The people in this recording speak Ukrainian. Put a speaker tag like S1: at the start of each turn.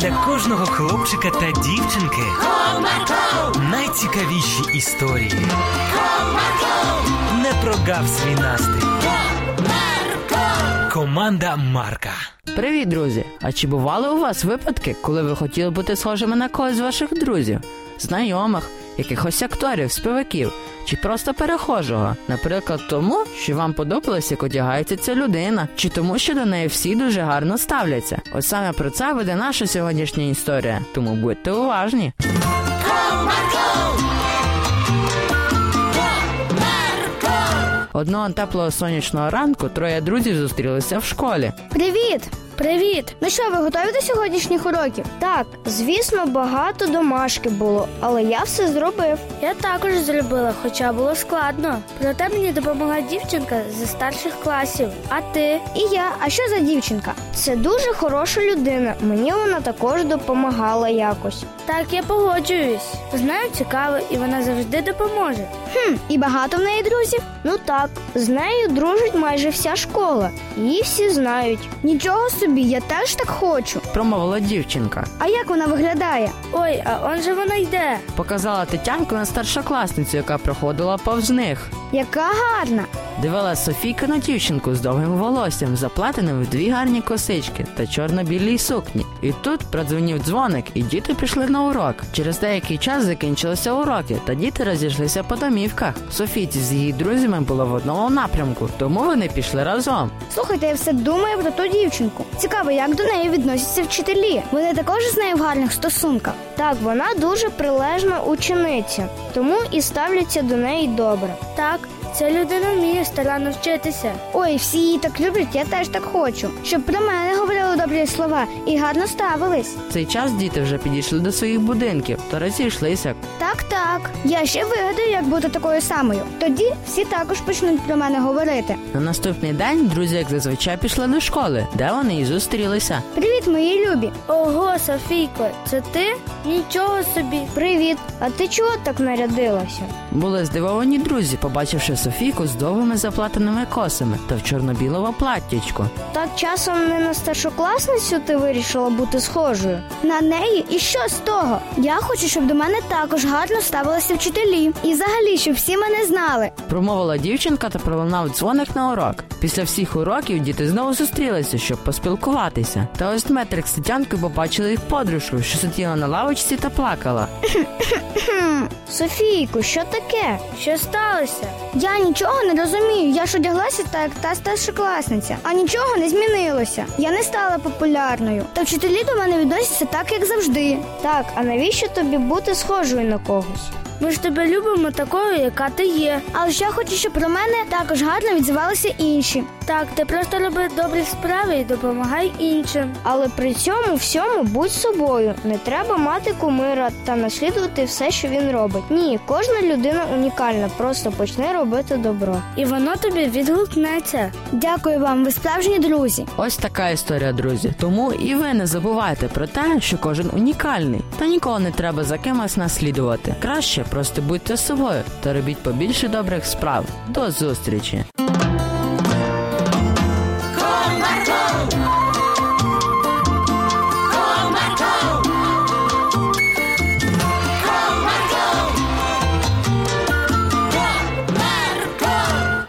S1: для кожного хлопчика та дівчинки найцікавіші історії. Не прогав свій настрій. Команда Марка.
S2: Привіт, друзі! А чи бували у вас випадки, коли ви хотіли бути схожими на когось з ваших друзів, знайомих, якихось акторів, співаків чи просто перехожого? Наприклад, тому, що вам подобалось, як одягається ця людина, чи тому, що до неї всі дуже гарно ставляться? От саме про це веде наша сьогоднішня історія. Тому будьте уважні. Одного теплого сонячного ранку троє друзів зустрілися в школі.
S3: Привіт!
S4: Привіт!
S3: Ну що, ви готові до сьогоднішніх уроків? Так, звісно, багато домашки було, але я все зробив.
S4: Я також зробила, хоча було складно. Проте мені допомогла дівчинка зі старших класів. А ти?
S3: І я. А що за дівчинка? Це дуже хороша людина. Мені вона також допомагала якось.
S4: Так, я погоджуюсь. З нею цікаво, і вона завжди допоможе.
S3: Хм, і багато в неї друзів? Ну так, з нею дружить майже вся школа. Її всі знають. Нічого собі, я теж так хочу.
S2: Промовила дівчинка.
S3: А як вона виглядає?
S4: Ой, а он же вона йде.
S2: Показала Тетянку на старшокласницю, яка проходила повз них.
S3: Яка гарна!
S2: Дивилась Софійка на дівчинку з довгим волоссям, заплатеним в дві гарні косички та чорно-білій сукні. І тут продзвонів дзвоник, і діти пішли на урок. Через деякий час закінчилися уроки, та діти розійшлися по домівках. Софійці з її друзями було в одному напрямку, тому вони пішли разом.
S3: Слухайте, я все думаю про ту дівчинку. Цікаво, як до неї відносяться вчителі. Вони також з нею в гарних стосунках. Так, вона дуже прилежна учениця, тому і ставляться до неї добре.
S4: Так, ця людина вміє старанно вчитися.
S3: Ой, всі її так люблять, я теж так хочу. Щоб про мене говорили добрі слова і гарно ставились.
S2: В цей час діти вже підійшли до своїх будинків та розійшлися.
S3: Так, так. Я ще вигадаю, як бути такою самою. Тоді всі також почнуть про мене говорити.
S2: На наступний день друзі, як зазвичай, пішли до школи, де вони і зустрілися.
S3: Привіт, мої любі.
S4: Ого, Софійко, це ти? Нічого собі.
S3: Привіт. А ти чого так нарядилася?
S2: Були здивовані друзі, побачивши Софійку з довгими заплатаними косами та в чорно-білому платтячку.
S3: Так часом не на старшокласницю ти вирішила бути схожою. На неї і що з того? Я хочу, щоб до мене також гарно ставилися вчителі. І взагалі, щоб всі мене знали.
S2: Промовила дівчинка та пролунав дзвоник на урок. Після всіх уроків діти знову зустрілися, щоб поспілкуватися. Та ось Дмитрик з Тетянкою побачили їх подружку, що сиділа на лавочці та плакала.
S3: Софійку, що таке?
S4: Що сталося?
S3: Я нічого не розумію. Я ж одяглася так, як та старшокласниця, а нічого не змінилося. Я не стала популярною. Та вчителі до мене відносяться так, як завжди. Так, а навіщо тобі бути схожою на когось?
S4: Ми ж тебе любимо такою, яка ти є.
S3: Але ж я хочу, щоб про мене також гарно відзивалися інші.
S4: Так, ти просто роби добрі справи і допомагай іншим.
S3: Але при цьому всьому будь собою. Не треба мати кумира та наслідувати все, що він робить. Ні, кожна людина унікальна, просто почни робити добро.
S4: І воно тобі відгукнеться.
S3: Дякую вам, ви справжні друзі.
S2: Ось така історія, друзі. Тому і ви не забувайте про те, що кожен унікальний, та нікого не треба за кимось наслідувати. Краще просто будьте собою та робіть побільше добрих справ. До зустрічі!